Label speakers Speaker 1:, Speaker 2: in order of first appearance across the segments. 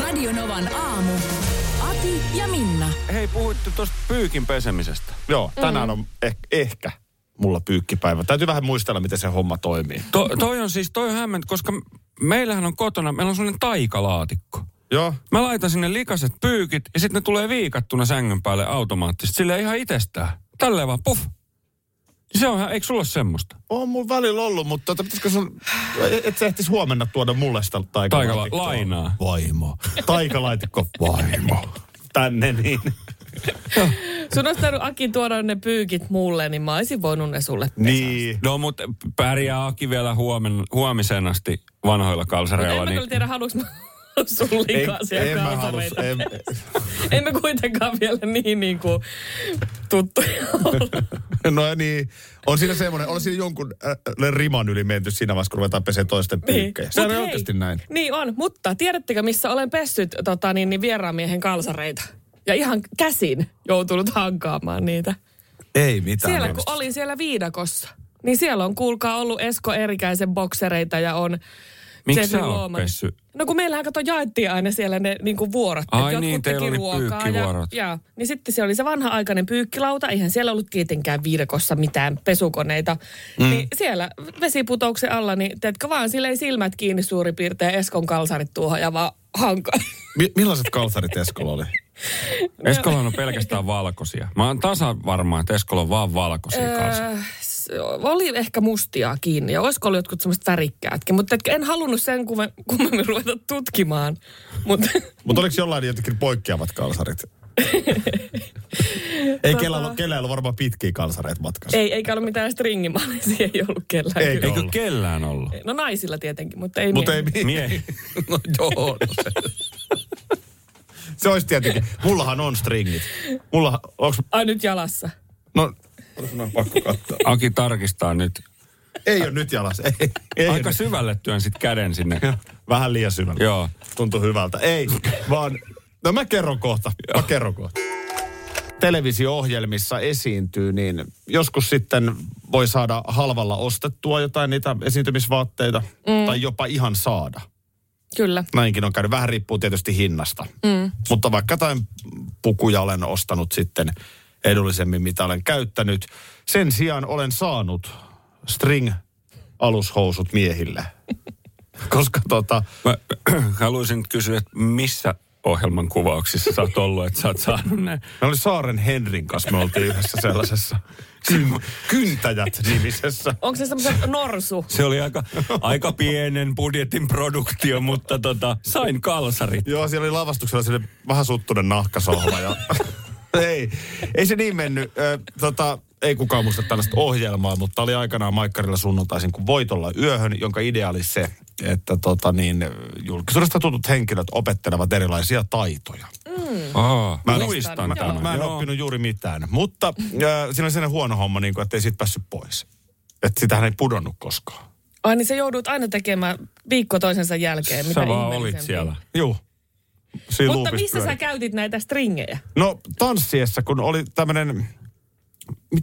Speaker 1: Radionovan aamu. Ati ja Minna.
Speaker 2: Hei, puhuitte tuosta pyykin pesemisestä.
Speaker 3: Joo,
Speaker 4: Mm.
Speaker 3: tänään on ehkä, ehkä mulla pyykkipäivä. Täytyy vähän muistella, miten se homma toimii.
Speaker 2: To, toi on siis, toi on hämmentä, koska meillähän on kotona, meillä on sellainen taikalaatikko.
Speaker 3: Joo.
Speaker 2: Mä laitan sinne likaset pyykit ja sitten ne tulee viikattuna sängyn päälle automaattisesti. Sille ihan itsestään. Tälleen vaan, puff. Se on, eikö sulla ole semmoista?
Speaker 3: On mun välillä ollut, mutta tota, pitäisikö sun, e-, et sä ehtis huomenna tuoda mulle sitä taikalaitikkoa?
Speaker 2: Taikala- lainaa.
Speaker 3: Vaimo. Taikalaitikko, vaimo. Tänne niin.
Speaker 4: Sun olisi tarvinnut Aki tuoda ne pyykit mulle, niin mä olisin voinut ne sulle pestä.
Speaker 3: Niin.
Speaker 2: No, mutta pärjää Aki vielä huomen, huomiseen asti vanhoilla
Speaker 4: En
Speaker 2: kalsareilla. niin
Speaker 4: mä kyllä tiedä, haluuks mä sun liikaa
Speaker 3: en
Speaker 4: siellä
Speaker 3: mä halus,
Speaker 4: kalsareita.
Speaker 3: en,
Speaker 4: Emme kuitenkaan vielä niin, niin kuin tuttuja ole.
Speaker 3: no niin, on siinä semmoinen, on siinä jonkun äh, riman yli menty siinä vaiheessa, kun ruvetaan pesee toisten pyykkejä. Se
Speaker 4: Niin. Mut
Speaker 3: on
Speaker 4: hei,
Speaker 3: oikeasti näin.
Speaker 4: Niin on, mutta tiedättekö missä olen pessyt tota, niin, niin vieraamiehen kalsareita? Ja ihan käsin joutunut hankaamaan niitä.
Speaker 3: Ei mitään.
Speaker 4: Siellä kun olin siellä viidakossa, niin siellä on kuulkaa ollut Esko Erikäisen boksereita ja on
Speaker 2: Miksi
Speaker 4: Jeffrey
Speaker 2: sä oot
Speaker 4: Lohman.
Speaker 2: pessy?
Speaker 4: No kun meillähän kato jaettiin aina siellä ne niin kuin vuorot.
Speaker 2: Ai
Speaker 4: että jotkut
Speaker 2: niin, teillä
Speaker 4: teki
Speaker 2: oli
Speaker 4: ruokaa
Speaker 2: pyykkivuorot.
Speaker 4: Ja, ja, niin sitten se oli se vanha aikainen pyykkilauta. Eihän siellä ollut tietenkään viidakossa mitään pesukoneita. Mm. Niin siellä vesiputouksen alla, niin teetkö vaan silleen silmät kiinni suurin piirtein Eskon kalsarit tuohon ja vaan hankaan.
Speaker 3: Mi- millaiset kalsarit Eskolla oli?
Speaker 2: Eskolan on pelkästään valkoisia. Mä oon tasan varma, että Eskola on vaan valkoisia kalsareita.
Speaker 4: Äh, s- oli ehkä mustia kiinni ja olisiko ollut jotkut semmoiset värikkäätkin, mutta et- en halunnut sen kumme, kummemmin ruveta tutkimaan. Mut,
Speaker 3: Mutta oliko jollain jotenkin poikkeavat kalsarit? ei kellään ole, kellään ole varmaan pitkiä kalsareita matkassa.
Speaker 4: ei, eikä ollut mitään stringimallisia, ei ollut kellään.
Speaker 3: Ei
Speaker 4: kyllä.
Speaker 2: Eikö
Speaker 3: ollut.
Speaker 2: kellään ollut?
Speaker 4: No naisilla tietenkin, mutta ei
Speaker 3: Mutta ei
Speaker 4: miehillä.
Speaker 3: mi-
Speaker 2: Miehi.
Speaker 3: No joo, no se. se olisi tietenkin. Mullahan on stringit. Mulla, onks,
Speaker 4: Ai nyt jalassa.
Speaker 3: no, onks mun pakko katsoa.
Speaker 2: Aki tarkistaa nyt.
Speaker 3: Ei ole nyt jalas. Ei, ei
Speaker 2: Aika
Speaker 3: ole
Speaker 2: syvälle työn sit käden sinne.
Speaker 3: nyt. Vähän liian syvällä.
Speaker 2: Joo.
Speaker 3: Tuntuu hyvältä. Ei, vaan... No mä kerron kohta. Mä kerron kohta. televisio-ohjelmissa esiintyy, niin joskus sitten voi saada halvalla ostettua jotain niitä esiintymisvaatteita, mm. tai jopa ihan saada.
Speaker 4: Kyllä.
Speaker 3: Näinkin on käynyt. Vähän riippuu tietysti hinnasta. Mm. Mutta vaikka jotain pukuja olen ostanut sitten edullisemmin, mitä olen käyttänyt. Sen sijaan olen saanut string-alushousut miehille. Koska tota,
Speaker 2: Mä haluaisin nyt kysyä, että missä ohjelman kuvauksissa sä oot ollut, että sä oot saanut ne.
Speaker 3: Ne oli Saaren Henrin kanssa, me oltiin yhdessä sellaisessa Kyn- Kyntäjät-nimisessä.
Speaker 4: Onko se semmoiset norsu?
Speaker 2: Se oli aika, aika pienen budjetin produktio, mutta tota, sain kalsarit.
Speaker 3: Joo, siellä oli lavastuksella sille vähän suttunen nahkasohva ja... ei, ei se niin mennyt. Ö, tota, ei kukaan muista tällaista ohjelmaa, mutta oli aikanaan Maikkarilla sunnuntaisin kuin Voitolla yöhön, jonka idea oli se, että tota niin, julkisuudesta tutut henkilöt opettelevat erilaisia taitoja.
Speaker 2: Aa,
Speaker 3: Mä
Speaker 2: mä
Speaker 3: en-
Speaker 2: muistan
Speaker 4: mä-
Speaker 2: tämän.
Speaker 3: No, Mä en
Speaker 2: Joo.
Speaker 3: oppinut juuri mitään, mutta äh, siinä oli sellainen huono homma, niin kuin, että ei siitä päässyt pois. Että sitähän ei pudonnut koskaan.
Speaker 4: Ai niin se joudut aina tekemään viikko toisensa jälkeen. Mitä
Speaker 2: Sä vaan olit
Speaker 4: ihmeellisempiä.
Speaker 2: siellä.
Speaker 3: Juu. Siinä
Speaker 4: Mutta
Speaker 3: loopissa
Speaker 4: missä sä
Speaker 3: pyöri.
Speaker 4: käytit näitä stringejä?
Speaker 3: No tanssiessa, kun oli tämmöinen...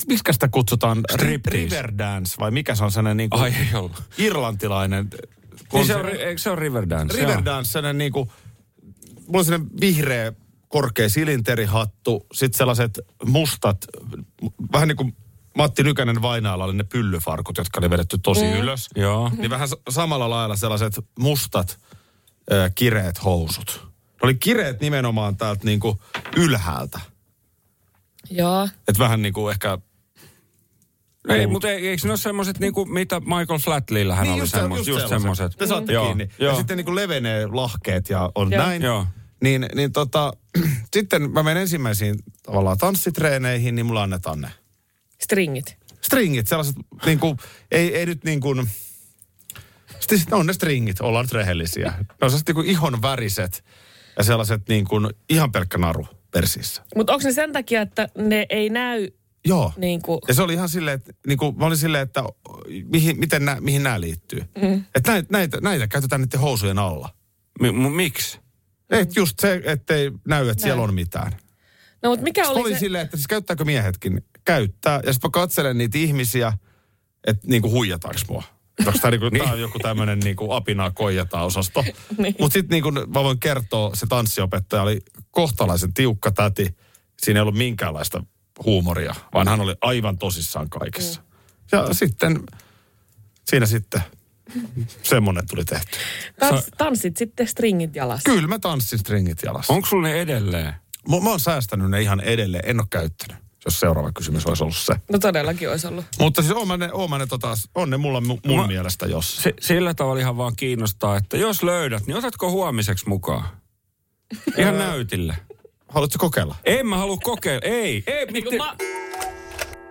Speaker 3: Miksikä sitä kutsutaan?
Speaker 2: Striptease.
Speaker 3: Riverdance vai mikä se on sellainen niin
Speaker 2: Ai ei ollut.
Speaker 3: irlantilainen...
Speaker 2: Niin se on, ri- eikö se on Riverdance?
Speaker 3: Riverdance, sellainen niin kuin... Mulla on sellainen vihreä korkea silinterihattu, sitten sellaiset mustat, vähän niin kuin Matti Lykänen vainaalla oli ne pyllyfarkut, jotka oli vedetty tosi ylös.
Speaker 2: Joo.
Speaker 3: Niin vähän sa- samalla lailla sellaiset mustat ö, kireet housut. Ne oli kireet nimenomaan täältä niinku ylhäältä.
Speaker 4: Joo.
Speaker 3: Et vähän niinku ehkä...
Speaker 2: Joo. Ei, mutta ei, eikö ne ole semmoset, niinku, mitä Michael
Speaker 3: Niin,
Speaker 2: Flatlillähän oli semmoset? Just semmoset.
Speaker 3: Te saatte
Speaker 2: Joo,
Speaker 3: kiinni. Ja
Speaker 2: Joo.
Speaker 3: sitten niinku levenee lahkeet ja on
Speaker 4: Joo.
Speaker 3: näin.
Speaker 2: Joo.
Speaker 3: Niin, niin tota, sitten mä menen ensimmäisiin tavallaan tanssitreeneihin, niin mulla annetaan ne
Speaker 4: Stringit.
Speaker 3: stringit, sellaiset niinku, ei, ei nyt niin kuin niinku, Sitten sit on ne stringit, ollaan nyt rehellisiä. Ne on sellaiset niin kuin ihon väriset ja sellaiset niin kuin ihan pelkkä naru persissä.
Speaker 4: Mutta onko ne sen takia, että ne ei näy
Speaker 3: Joo.
Speaker 4: niin kuin...
Speaker 3: Ja se oli ihan silleen, että niin kuin, mä olin silleen, että mihin, miten nä, mihin nämä liittyy. Mm. Että näitä, näitä, näitä käytetään niiden housujen alla.
Speaker 2: Mi- mu- miksi?
Speaker 3: Et just se, ettei näy, että siellä on mitään. Sitten
Speaker 4: No mutta mikä
Speaker 3: oli,
Speaker 4: oli
Speaker 3: oli
Speaker 4: se...
Speaker 3: silleen, että siis käyttääkö miehetkin? Käyttää. Ja sitten mä katselen niitä ihmisiä, että niinku huijataanko mua. Onko tämä niinku, tää on joku tämmöinen niinku apinaa koijataan osasto.
Speaker 4: Niin.
Speaker 3: Mutta sitten niinku, mä voin kertoa, se tanssiopettaja oli kohtalaisen tiukka täti. Siinä ei ollut minkäänlaista huumoria, vaan hän oli aivan tosissaan kaikessa.
Speaker 4: Niin.
Speaker 3: Ja sitten, siinä sitten semmonen tuli tehty.
Speaker 4: Tans, tanssit sitten stringit jalassa.
Speaker 3: Kyllä mä tanssin stringit jalassa.
Speaker 2: Onko sulla ne edelleen?
Speaker 3: Mä, mä oon säästänyt ne ihan edelleen, en ole käyttänyt. Jos seuraava kysymys olisi ollut se.
Speaker 4: No todellakin olisi ollut.
Speaker 3: Mutta siis oon mä ne, oon mä ne tota, on ne mulla mu- mun
Speaker 2: Mä-
Speaker 3: mielestä jos.
Speaker 2: Se, sillä tavalla ihan vaan kiinnostaa, että jos löydät, niin otatko huomiseksi mukaan? Ihan näytille.
Speaker 3: Haluatko kokeilla?
Speaker 2: En mä halua kokeilla. Ei, ei. Mit,
Speaker 4: Niin ma-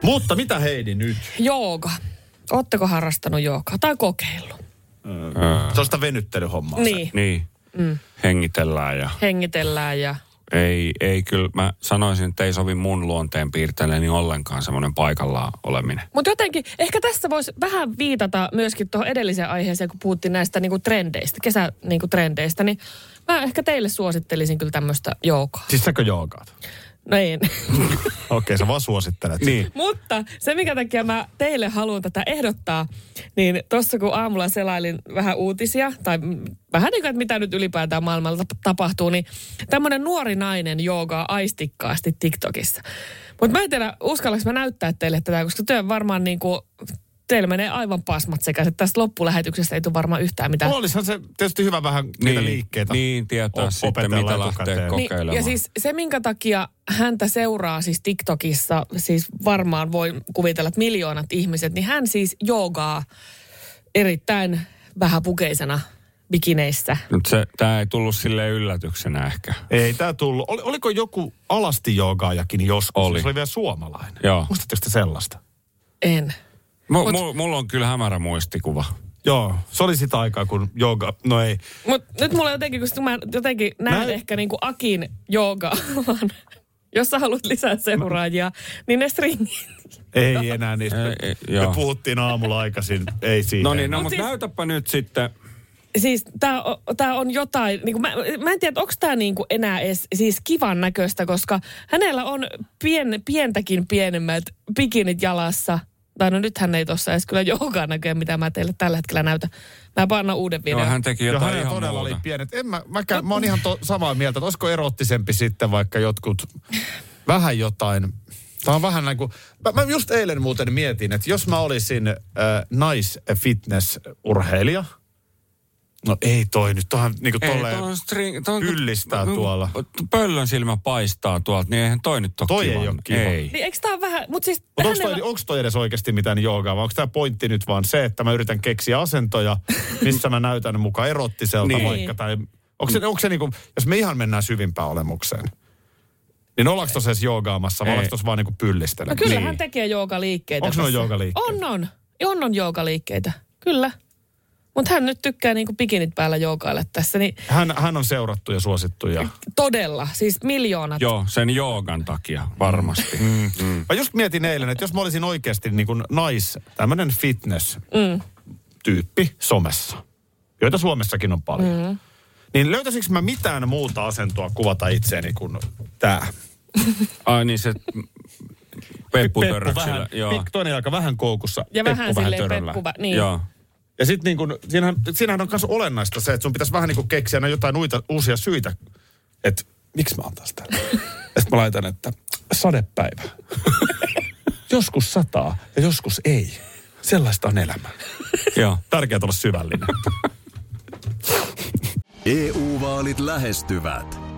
Speaker 3: Mutta mitä Heidi nyt?
Speaker 4: jooga. Ootteko harrastanut joogaa tai kokeillut?
Speaker 3: Tuosta venyttelyhommaa.
Speaker 4: Niin,
Speaker 2: niin. Mm. Hengitellään ja
Speaker 4: hengitellään ja...
Speaker 2: ei, ei kyllä. Mä sanoisin, että ei sovi mun luonteen piirteelleni ollenkaan semmoinen paikallaan oleminen.
Speaker 4: Mutta jotenkin, ehkä tässä voisi vähän viitata myöskin tuohon edelliseen aiheeseen, kun puhuttiin näistä niinku trendeistä, kesä niinku trendeistä, niin mä ehkä teille suosittelisin kyllä tämmöistä joukoa.
Speaker 3: Siis säkö joogaat? Okei,
Speaker 4: No ei.
Speaker 3: okay, sä vaan suosittelet.
Speaker 2: Niin.
Speaker 4: Mutta se, minkä takia mä teille haluan tätä ehdottaa, niin tuossa kun aamulla selailin vähän uutisia, tai mm, vähän niin kuin, että mitä nyt ylipäätään maailmalla tap- tapahtuu, niin tämmöinen nuori nainen joogaa aistikkaasti TikTokissa. Mutta mä en tiedä, uskallanko mä näyttää teille tätä, koska työ varmaan niin kuin, teillä menee aivan pasmat sekaisin. että Tästä loppulähetyksestä ei tule varmaan yhtään mitään.
Speaker 3: Olisihan se tietysti hyvä vähän niitä
Speaker 2: Niin,
Speaker 3: liikkeitä.
Speaker 2: niin, tietää sitten,
Speaker 3: opetella
Speaker 2: mitä lähtee
Speaker 3: etukäteen.
Speaker 2: ko- kokeilemaan.
Speaker 4: ja siis se, minkä takia häntä seuraa siis TikTokissa, siis varmaan voi kuvitella, että miljoonat ihmiset, niin hän siis joogaa erittäin vähäpukeisena bikineissä.
Speaker 2: Nyt se, tää ei tullut sille yllätyksenä ehkä.
Speaker 3: Ei tää tullut. Oli, oliko joku alasti joogaajakin joskus?
Speaker 2: Oli.
Speaker 3: Se oli vielä suomalainen.
Speaker 2: Joo.
Speaker 3: Muistatteko te sellaista?
Speaker 4: En.
Speaker 2: M- mul, mulla on kyllä hämärä muistikuva.
Speaker 3: Joo, se oli sitä aikaa, kun jooga... No ei.
Speaker 4: Mutta nyt mulla jotenkin, kun mä jotenkin näen
Speaker 3: Näin.
Speaker 4: ehkä niinku Akin joogaavan, jos sä haluat lisää seuraajia, niin ne stringit.
Speaker 3: Ei enää niistä.
Speaker 2: Ei, ei,
Speaker 3: Me
Speaker 2: joo.
Speaker 3: puhuttiin aamulla aikaisin. Ei siinä.
Speaker 2: No niin, no
Speaker 4: Mut
Speaker 2: mutta
Speaker 4: siis-
Speaker 2: näytäpä nyt sitten.
Speaker 4: Siis tämä tää on jotain, niinku, mä, mä en tiedä, onko tämä niinku enää edes siis kivan näköistä, koska hänellä on pien, pientäkin pienemmät bikinit jalassa. Tai no nyt hän ei tuossa edes kyllä joogaa näköjään, mitä mä teille tällä hetkellä näytän. Mä panna uuden
Speaker 2: Joo,
Speaker 4: videon.
Speaker 2: hän teki
Speaker 3: Ja
Speaker 2: jotain
Speaker 3: hänellä
Speaker 2: ihan
Speaker 3: todella oli
Speaker 2: muuta.
Speaker 3: pienet. En mä, mäkään, mä oon ihan to, samaa mieltä, että olisiko erottisempi sitten vaikka jotkut vähän jotain. Tämä on vähän näin kuin, mä, mä just eilen muuten mietin, että jos mä olisin äh, nais-fitness-urheilija, no ei toi nyt, tohan niinku
Speaker 2: Ei,
Speaker 3: tolleen,
Speaker 2: toi on string, toi on-
Speaker 3: pyllistää
Speaker 2: no,
Speaker 3: tuolla.
Speaker 2: Pöllön silmä paistaa tuolta, niin eihän toi nyt ole
Speaker 3: Toi
Speaker 2: kivan.
Speaker 3: ei oo kiva.
Speaker 2: Ei.
Speaker 4: Niin eikö tää ole vähän, mutta siis
Speaker 3: Mutta onko
Speaker 4: hänellä...
Speaker 3: toi, niinku- onks toi edes oikeasti mitään joogaa, vai onko tämä pointti nyt vaan se, että mä yritän keksiä asentoja, missä mä näytän mukaan erottiselta
Speaker 2: Niin.
Speaker 3: niin. vaikka, tai onko se, onko se niinku, jos me ihan mennään syvimpään olemukseen, niin ollaanko tuossa edes joogaamassa, vai
Speaker 2: Ei.
Speaker 3: ollaanko tuossa vaan niinku
Speaker 4: No
Speaker 3: pyllistelemässä?
Speaker 4: kyllä
Speaker 2: Niin.
Speaker 4: hän tekee joogaliikkeitä.
Speaker 3: Onks ne
Speaker 4: tässä.
Speaker 3: joogaliikkeitä?
Speaker 4: On, on. On, on joogaliikkeitä. Kyllä. Mutta hän nyt tykkää niinku bikinit päällä joogailla tässä, niin
Speaker 3: Hän, hän on seurattu ja suosittu. Ja...
Speaker 4: todella, siis miljoonat.
Speaker 2: Joo, sen joogan takia varmasti.
Speaker 3: Mä just mietin eilen, että jos mä olisin oikeasti niin kuin nais, tämmöinen fitness-tyyppi somessa, joita Suomessakin on paljon, mm. niin löytäisikö mä mitään muuta asentoa kuvata itseäni kuin tämä?
Speaker 2: Ai niin se peppu
Speaker 3: vähän,
Speaker 2: törröksillä. Joo.
Speaker 3: pik- toinen jalka vähän koukussa,
Speaker 4: Ja
Speaker 3: peppu
Speaker 4: vähän
Speaker 3: vähän
Speaker 4: silleen
Speaker 3: töröllä.
Speaker 4: peppu, vä- niin.
Speaker 2: Joo.
Speaker 3: Ja sitten niin kun, siinähän, siinähän on myös olennaista se, että sun pitäisi vähän niin kuin keksiä aina jotain uita, uusia syitä, että miksi mä oon taas täällä. ja sitten mä laitan, että sadepäivä. joskus sataa ja joskus ei. Sellaista on elämä.
Speaker 2: Joo.
Speaker 3: Tärkeää olla syvällinen.
Speaker 5: EU-vaalit E lähestyvät.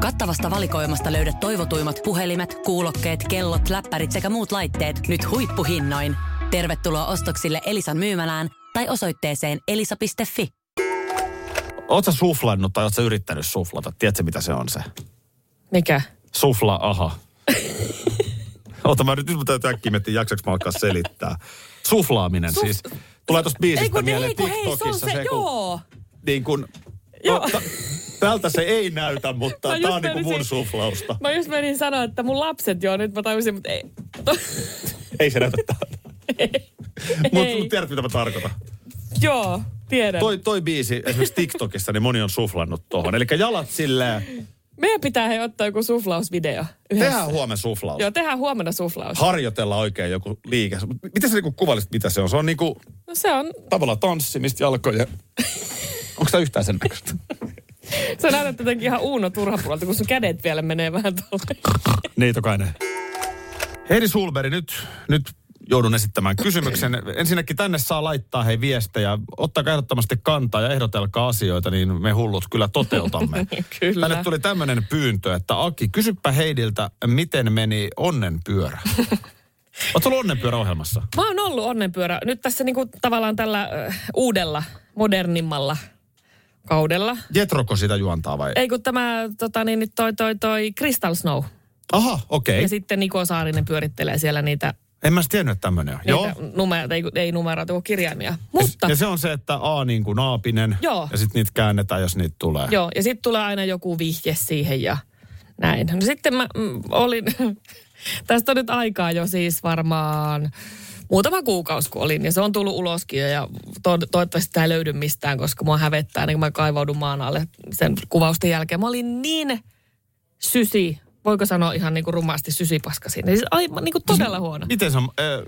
Speaker 1: Kattavasta valikoimasta löydät toivotuimmat puhelimet, kuulokkeet, kellot, läppärit sekä muut laitteet nyt huippuhinnoin. Tervetuloa ostoksille Elisan myymälään tai osoitteeseen elisa.fi.
Speaker 3: Oletko suflannut tai oletko yrittänyt suflata? Tiedätkö mitä se on se?
Speaker 4: Mikä?
Speaker 3: Sufla, aha. Ota mä nyt, nyt mä täytyy äkkiä miettiä, jaksaks mä alkaa selittää. Suflaaminen
Speaker 4: Suf-
Speaker 3: siis. Tulee tosta biisistä
Speaker 4: Ei kun, niin,
Speaker 3: mieleen
Speaker 4: ei kun, hei, se on
Speaker 3: TikTokissa
Speaker 4: se, se joo.
Speaker 3: niin kuin,
Speaker 4: Joo.
Speaker 3: no, ta, tältä se ei näytä, mutta
Speaker 4: Mä just
Speaker 3: tää on niin kuin mun
Speaker 4: menisin-
Speaker 3: suflausta.
Speaker 4: Mä just menin sanoa, että mun lapset joo, nyt mä tajusin, mutta ei.
Speaker 3: Ei se näytä tältä. Mutta mut tiedät, mitä mä tarkoitan.
Speaker 4: joo, tiedän.
Speaker 3: Toi, toi biisi esimerkiksi TikTokissa, niin moni on suflannut tohon. Eli jalat silleen,
Speaker 4: Meidän pitää hei ottaa joku suflausvideo yhdessä.
Speaker 3: tehdään huomen suflaus.
Speaker 4: Joo, tehdään huomenna suflaus.
Speaker 3: Harjoitella oikein joku liike. Mut Miten sä niinku kuvailisit, mitä se on? Se on niinku
Speaker 4: No se on,
Speaker 3: tavallaan tanssimista jalkoja. Onko tämä yhtään sen näköistä?
Speaker 4: sä näytät jotenkin ihan Uuno Turhapuolelta, kun sun kädet vielä menee vähän tuolle.
Speaker 3: Niin tokainen. Heidi Sulberi, nyt, nyt joudun esittämään kysymyksen. Ensinnäkin tänne saa laittaa hei viestejä. Ottakaa ehdottomasti kantaa ja ehdotelkaa asioita, niin me hullut kyllä toteutamme.
Speaker 4: Kyllä.
Speaker 3: Tänne tuli tämmöinen pyyntö, että Aki, kysyppä Heidiltä, miten meni onnenpyörä? Oletko ollut onnenpyörä ohjelmassa?
Speaker 4: Mä oon ollut onnenpyörä. Nyt tässä niinku tavallaan tällä äh, uudella, modernimmalla kaudella.
Speaker 3: Jetroko sitä juontaa vai?
Speaker 4: Ei kun tämä, tota niin, nyt toi, toi, toi Crystal Snow.
Speaker 3: Aha, okei.
Speaker 4: Ja
Speaker 3: Okay.
Speaker 4: sitten Niko Saarinen pyörittelee siellä niitä,
Speaker 3: En mä edes tiennyt, että tämmöinen on. Joo.
Speaker 4: niitä numeroita, ei, ei numeroita, kun kirjaimia. Mutta,
Speaker 3: Ja se on se, että A niin kuin naapinen.
Speaker 4: Joo.
Speaker 3: Ja sitten niitä käännetään, jos niitä tulee.
Speaker 4: joo, ja sitten tulee aina joku vihje siihen ja näin. No sitten mä mm, olin, tästä on nyt aikaa jo siis varmaan muutama kuukausi kun olin, ja se on tullut uloskin jo, ja to- toivottavasti tämä ei löydy mistään, koska mua hävettää, niin kun mä kaivaudun maan alle sen kuvausten jälkeen. Mä olin niin sysi, voiko sanoa ihan niin kuin rumasti sysipaska siinä. Siis aivan niin kuin todella huono.
Speaker 3: Miten se on? eh, Ö,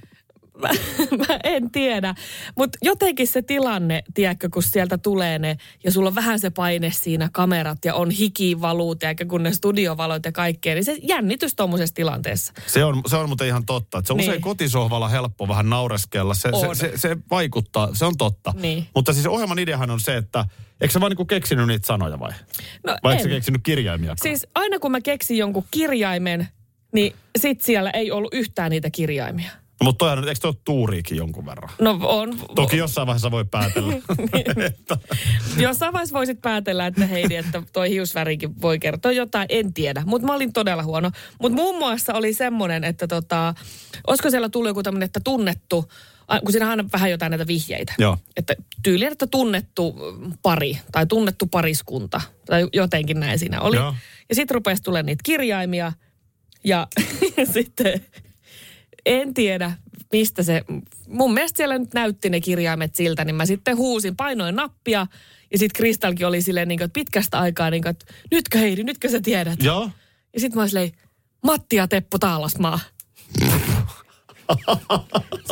Speaker 4: mä, mä en tiedä. Mutta jotenkin se tilanne, tiedätkö, kun sieltä tulee ne, ja sulla on vähän se paine siinä, kamerat ja on hiki valuu, tiedätkö, kun ne studiovalot ja kaikkea, niin se jännitys tuommoisessa tilanteessa.
Speaker 3: Se on, se on muuten ihan totta. että Se on
Speaker 4: Niin.
Speaker 3: usein kotisohvalla helppo vähän naureskella. Se,
Speaker 4: On.
Speaker 3: se, se, se vaikuttaa, se on totta.
Speaker 4: Niin.
Speaker 3: Mutta siis ohjelman ideahan on se, että eikö sä vaan niinku keksinyt niitä sanoja vai?
Speaker 4: No
Speaker 3: Vai
Speaker 4: en.
Speaker 3: eikö sä keksinyt kirjaimia?
Speaker 4: Siis aina kun mä keksin jonkun kirjaimen, niin sit siellä ei ollut yhtään niitä kirjaimia.
Speaker 3: No, mutta toihan, on- eikö toi ole tuuriikin jonkun verran?
Speaker 4: No on,
Speaker 3: Toki jossain vaiheessa voi päätellä.
Speaker 4: jossain vaiheessa voisit päätellä, että Heidi, että toi hiusvärikin voi kertoa jotain, en tiedä. Mutta mä olin todella huono. Mutta muun muassa oli semmoinen, että tota, olisiko siellä tullut joku tämmöinen, että tunnettu, a- kun siinä on aina vähän jotain näitä vihjeitä.
Speaker 3: Joo.
Speaker 4: Että tyyliin, että tunnettu mm, pari tai tunnettu pariskunta tai jotenkin näin siinä oli.
Speaker 3: Joo.
Speaker 4: Ja sitten rupesi tulemaan niitä kirjaimia ja, ja sitten en tiedä, mistä se... Mun mielestä siellä nyt näytti ne kirjaimet siltä, niin mä sitten huusin, painoin nappia. Ja sitten Kristalkin oli silleen niin kuin, että pitkästä aikaa, niin kuin, että nytkö Heidi, nytkö sä tiedät? Ja,
Speaker 3: Joo.
Speaker 4: ja sitten mä olin silleen, Matti ja Teppo Taalasmaa.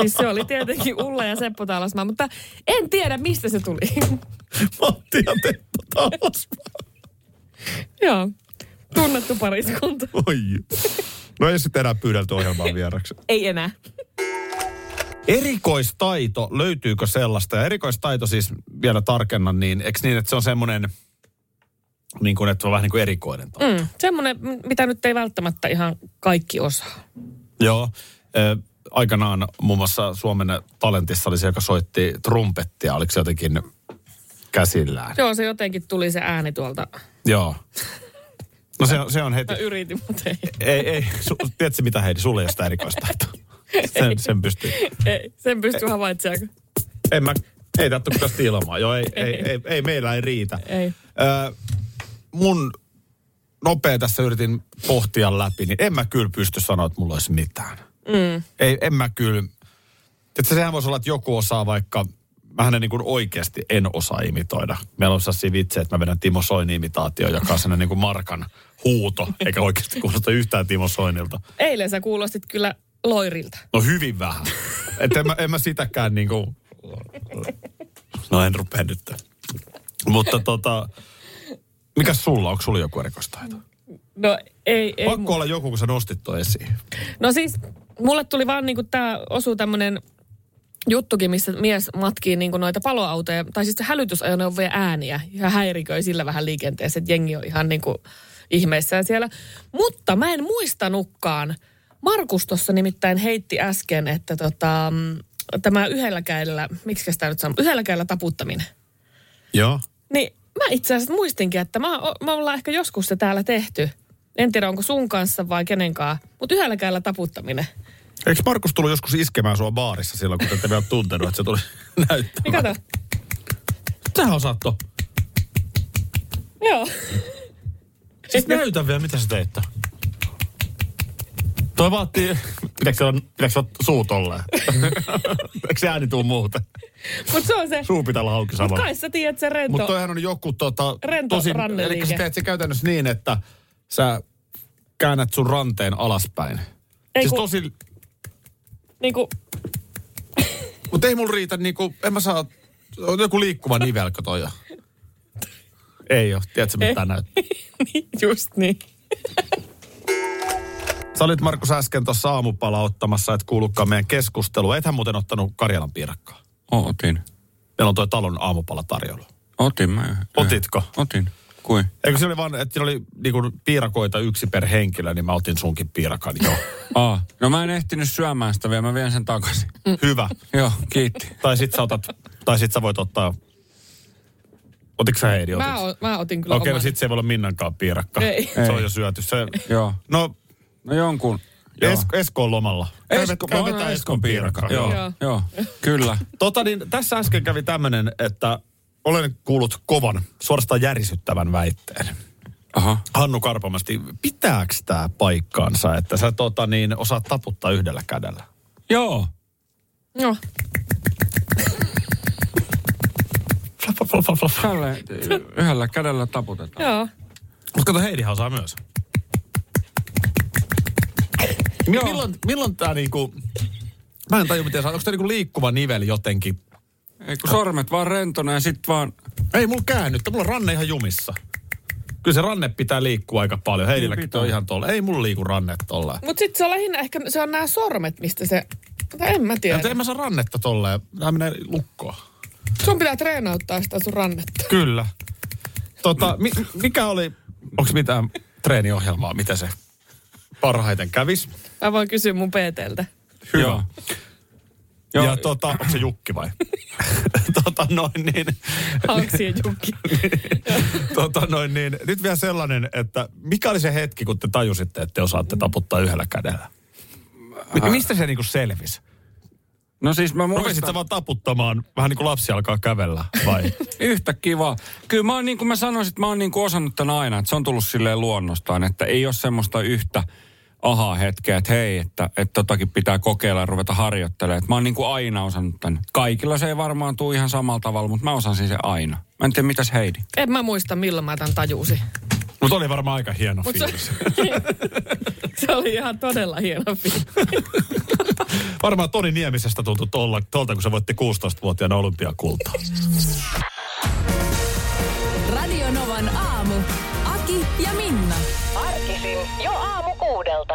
Speaker 4: siis se oli tietenkin Ulla ja Seppo Taalasmaa, mutta en tiedä, mistä se tuli.
Speaker 3: Matti ja Teppo taas.
Speaker 4: Joo, tunnettu pariskunta.
Speaker 3: Oi. No ei sitten enää pyydelty ohjelmaan vieraksi.
Speaker 4: Ei enää.
Speaker 3: Erikoistaito, löytyykö sellaista? Ja erikoistaito siis vielä tarkennan, niin eikö niin, että se on semmoinen, niin kuin, että on vähän niin kuin erikoinen taito?
Speaker 4: Mm, semmoinen, m- mitä nyt ei välttämättä ihan kaikki osaa.
Speaker 3: Joo. Ö, Aikanaan muun muassa Suomen talentissa oli se, joka soitti trumpettia, oliko se jotenkin käsillään?
Speaker 4: Joo, se jotenkin tuli se ääni tuolta.
Speaker 3: Joo. No se, on- se on heti.
Speaker 4: Mä yritin, mutta ei.
Speaker 3: Ei, ei. Su, tiedätkö mitä Heidi, sulle ei ole sitä erikoistaitoa. Sen, sen pystyy.
Speaker 4: ei sen pystyy havaitsemaan.
Speaker 3: En mä, ei tätä tästä ilmaa. Joo, ei, ei, ei, ei, meillä ei riitä.
Speaker 4: Ei.
Speaker 3: Ö, mun nopea tässä yritin pohtia läpi, niin en mä kyllä pysty sanoa, että mulla olisi mitään. Mm. Ei, en mä kyllä. Että sehän voisi olla, että joku osaa vaikka mä hänen niin kuin oikeasti en osaa imitoida. Meillä on sellaisia vitsejä, että mä vedän Timo Soini imitaatio, joka on sellainen niin kuin markan huuto, eikä oikeasti kuulosta yhtään Timo Soinilta.
Speaker 4: Eilen sä kuulostit kyllä loirilta.
Speaker 3: No hyvin vähän. Että en, mä, en mä sitäkään niin kuin... No en rupea nyt. Mutta tota... Mikäs sulla? Onko sulla joku erikoistaito?
Speaker 4: No ei, ei.
Speaker 3: Pakko olla joku, kun sä nostit toi esiin.
Speaker 4: No siis, mulle tuli vaan niinku tää osuu tämmönen juttukin, missä mies matkii niinku noita paloautoja, tai siis se hälytysajoneuvojen ääniä ja häiriköi sillä vähän liikenteessä, että jengi on ihan niinku ihmeissään siellä. Mutta mä en muistanutkaan. Markus tuossa nimittäin heitti äsken, että tota, mm, tämä yhdellä kädellä, miksi sitä nyt sanoo, yhdellä kädellä taputtaminen.
Speaker 3: Joo.
Speaker 4: Niin mä itse asiassa muistinkin, että mä, mä ollaan ehkä joskus se täällä tehty. En tiedä, onko sun kanssa vai kenenkaan, mutta yhdellä kädellä taputtaminen.
Speaker 3: Eikö Markus tullut joskus iskemään sua baarissa silloin, kun te ette vielä tuntenut, että se tuli näyttämään?
Speaker 4: Niin kato.
Speaker 3: Sähän osaat to.
Speaker 4: Joo.
Speaker 3: Siis näytä vielä, mitä sä teit. Toi vaatii... Pitääkö se, on, pitääkö se olla suu tolleen? Eikö se ääni tuu muuten?
Speaker 4: Mutta se on se.
Speaker 3: Suu pitää olla auki
Speaker 4: Mut
Speaker 3: samalla.
Speaker 4: kai sä tiedät sen rento.
Speaker 3: Mutta toihan on joku tota,
Speaker 4: Rento
Speaker 3: tosi...
Speaker 4: ranneliike.
Speaker 3: Eli sä teet se käytännössä niin, että sä käännät sun ranteen alaspäin.
Speaker 4: Ei
Speaker 3: siis
Speaker 4: kun-
Speaker 3: tosi...
Speaker 4: Niinku,
Speaker 3: Mutta ei mulla riitä niinku... En mä saa... On joku liikkuva nivelkö toi jo. Ei oo. Tiedätkö, mitä tää näyttää?
Speaker 4: niin, just niin.
Speaker 3: Sä olit Markus äsken tuossa aamupala ottamassa, että kuulukaan meidän keskustelua. Ethän muuten ottanut Karjalan piirakkaa.
Speaker 2: O, otin.
Speaker 3: Meillä on tuo talon aamupala tarjolla.
Speaker 2: Otin mä. yhden.
Speaker 3: Otitko?
Speaker 2: Otin. Kuin?
Speaker 3: Eikö se oli vaan, että siinä oli niinku piirakoita yksi per henkilö, niin mä otin sunkin piirakan. Joo.
Speaker 2: Aa, no mä en ehtinyt syömään sitä vielä, mä vien sen takaisin.
Speaker 3: Hyvä.
Speaker 2: Joo, kiitti.
Speaker 3: Tai sit sä otat, tai sit sä voit ottaa... Otitko sä Heidi?
Speaker 4: Mä,
Speaker 3: Okei,
Speaker 4: o, mä otin kyllä
Speaker 3: okay, no
Speaker 4: oman.
Speaker 3: sit se ei voi olla Minnankaan piirakka.
Speaker 4: Ei.
Speaker 3: Se on jo syöty. Se,
Speaker 2: Joo.
Speaker 3: no,
Speaker 2: No jonkun. Joo.
Speaker 3: Esko, Esko on lomalla.
Speaker 2: Esko, mä annan Eskon piirakka. Joo,
Speaker 4: Joo.
Speaker 2: joo. joo. kyllä.
Speaker 3: Tota niin, tässä äsken kävi tämmönen, että olen kuullut kovan, suorastaan järisyttävän väitteen.
Speaker 2: Aha.
Speaker 3: Hannu Karpamasti, pitääkö tämä paikkaansa, että sä tota niin, osaat taputtaa yhdellä kädellä?
Speaker 2: Joo.
Speaker 4: No,
Speaker 2: Tälle yhdellä kädellä taputetaan.
Speaker 4: joo.
Speaker 3: Mutta kato, Heidihan osaa myös. Joo. Milloin, milloin tämä niinku... Mä en tajua, miten saa. Onko tämä niinku liikkuva nivel jotenkin?
Speaker 2: Ei kun sormet vaan rentona ja sit vaan...
Speaker 3: Ei mulla käännyttä, mulla on ranne ihan jumissa. Kyllä se ranne pitää liikkua aika paljon. Heidilläkin
Speaker 2: Niin pitää.
Speaker 3: on ihan tolla. Ei mulla liiku ranne tolla.
Speaker 4: Mut sit se on lähinnä ehkä, se on nämä sormet, mistä se... Mutta en mä tiedä.
Speaker 3: Mutta en mä saa rannetta tolleen. Tämä menee lukkoon.
Speaker 4: Sun pitää treenauttaa sitä sun rannetta.
Speaker 3: Kyllä. Tota, mi- mikä oli, onko mitään treeniohjelmaa, mitä se parhaiten kävis?
Speaker 4: Mä voin kysyä mun PTltä.
Speaker 2: Hyvä. Joo.
Speaker 3: Joo.
Speaker 2: Joo.
Speaker 3: Ja tota, onko se Jukki vai? tota noin niin,
Speaker 4: Hauksien jukki.
Speaker 3: tota noin niin. Nyt vielä sellainen, että mikä oli se hetki, kun te tajusitte, että te osaatte taputtaa yhdellä kädellä?
Speaker 4: Äh.
Speaker 3: Mi- Mistä se niinku selvisi?
Speaker 2: No siis mä
Speaker 3: Rupesit sä
Speaker 2: muistan
Speaker 3: vaan taputtamaan, vähän niin kuin lapsi alkaa kävellä, vai?
Speaker 2: yhtä kivaa. Kyllä mä oon niin kuin mä sanoisin, että mä oon niin kuin osannut tän aina, että se on tullut silleen luonnostaan, että ei ole semmoista yhtä ahaa hetkeä, että hei, että, että totakin pitää kokeilla ja ruveta harjoittelemaan. Että mä oon niin kuin aina osannut tän. Kaikilla se ei varmaan tule ihan samalla tavalla, mutta mä osasin se aina. Mä en tiedä, mitäs Heidi?
Speaker 4: En mä muista, milloin mä tämän tajusin.
Speaker 3: Mutta oli varmaan aika hieno
Speaker 4: Mut
Speaker 3: fiilis.
Speaker 4: se, se oli ihan todella hieno fiilis.
Speaker 3: Varmaan Toni Niemisestä tuntui tolla, tolta, kun se voitti 16-vuotiaana olympiakultaa.
Speaker 1: Radio Novan aamu. Aki ja Minna.
Speaker 6: Arkisin jo aamu kuudelta.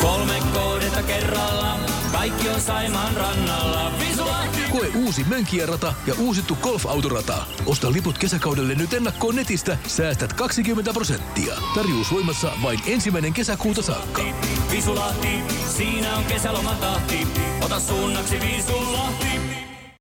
Speaker 7: Kolme kohdetta kerralla. Kaikki on Saimaan rannalla. Visuahti.
Speaker 8: Koe uusi Mönkijärata ja uusittu golfautorata. Osta liput kesäkaudelle nyt ennakkoon netistä. Säästät 20 prosenttia. Tarjous voimassa vain ensimmäinen kesäkuuta saakka.
Speaker 7: Visulahti. Siinä on kesälomatahti. Ota suunnaksi Visulahti.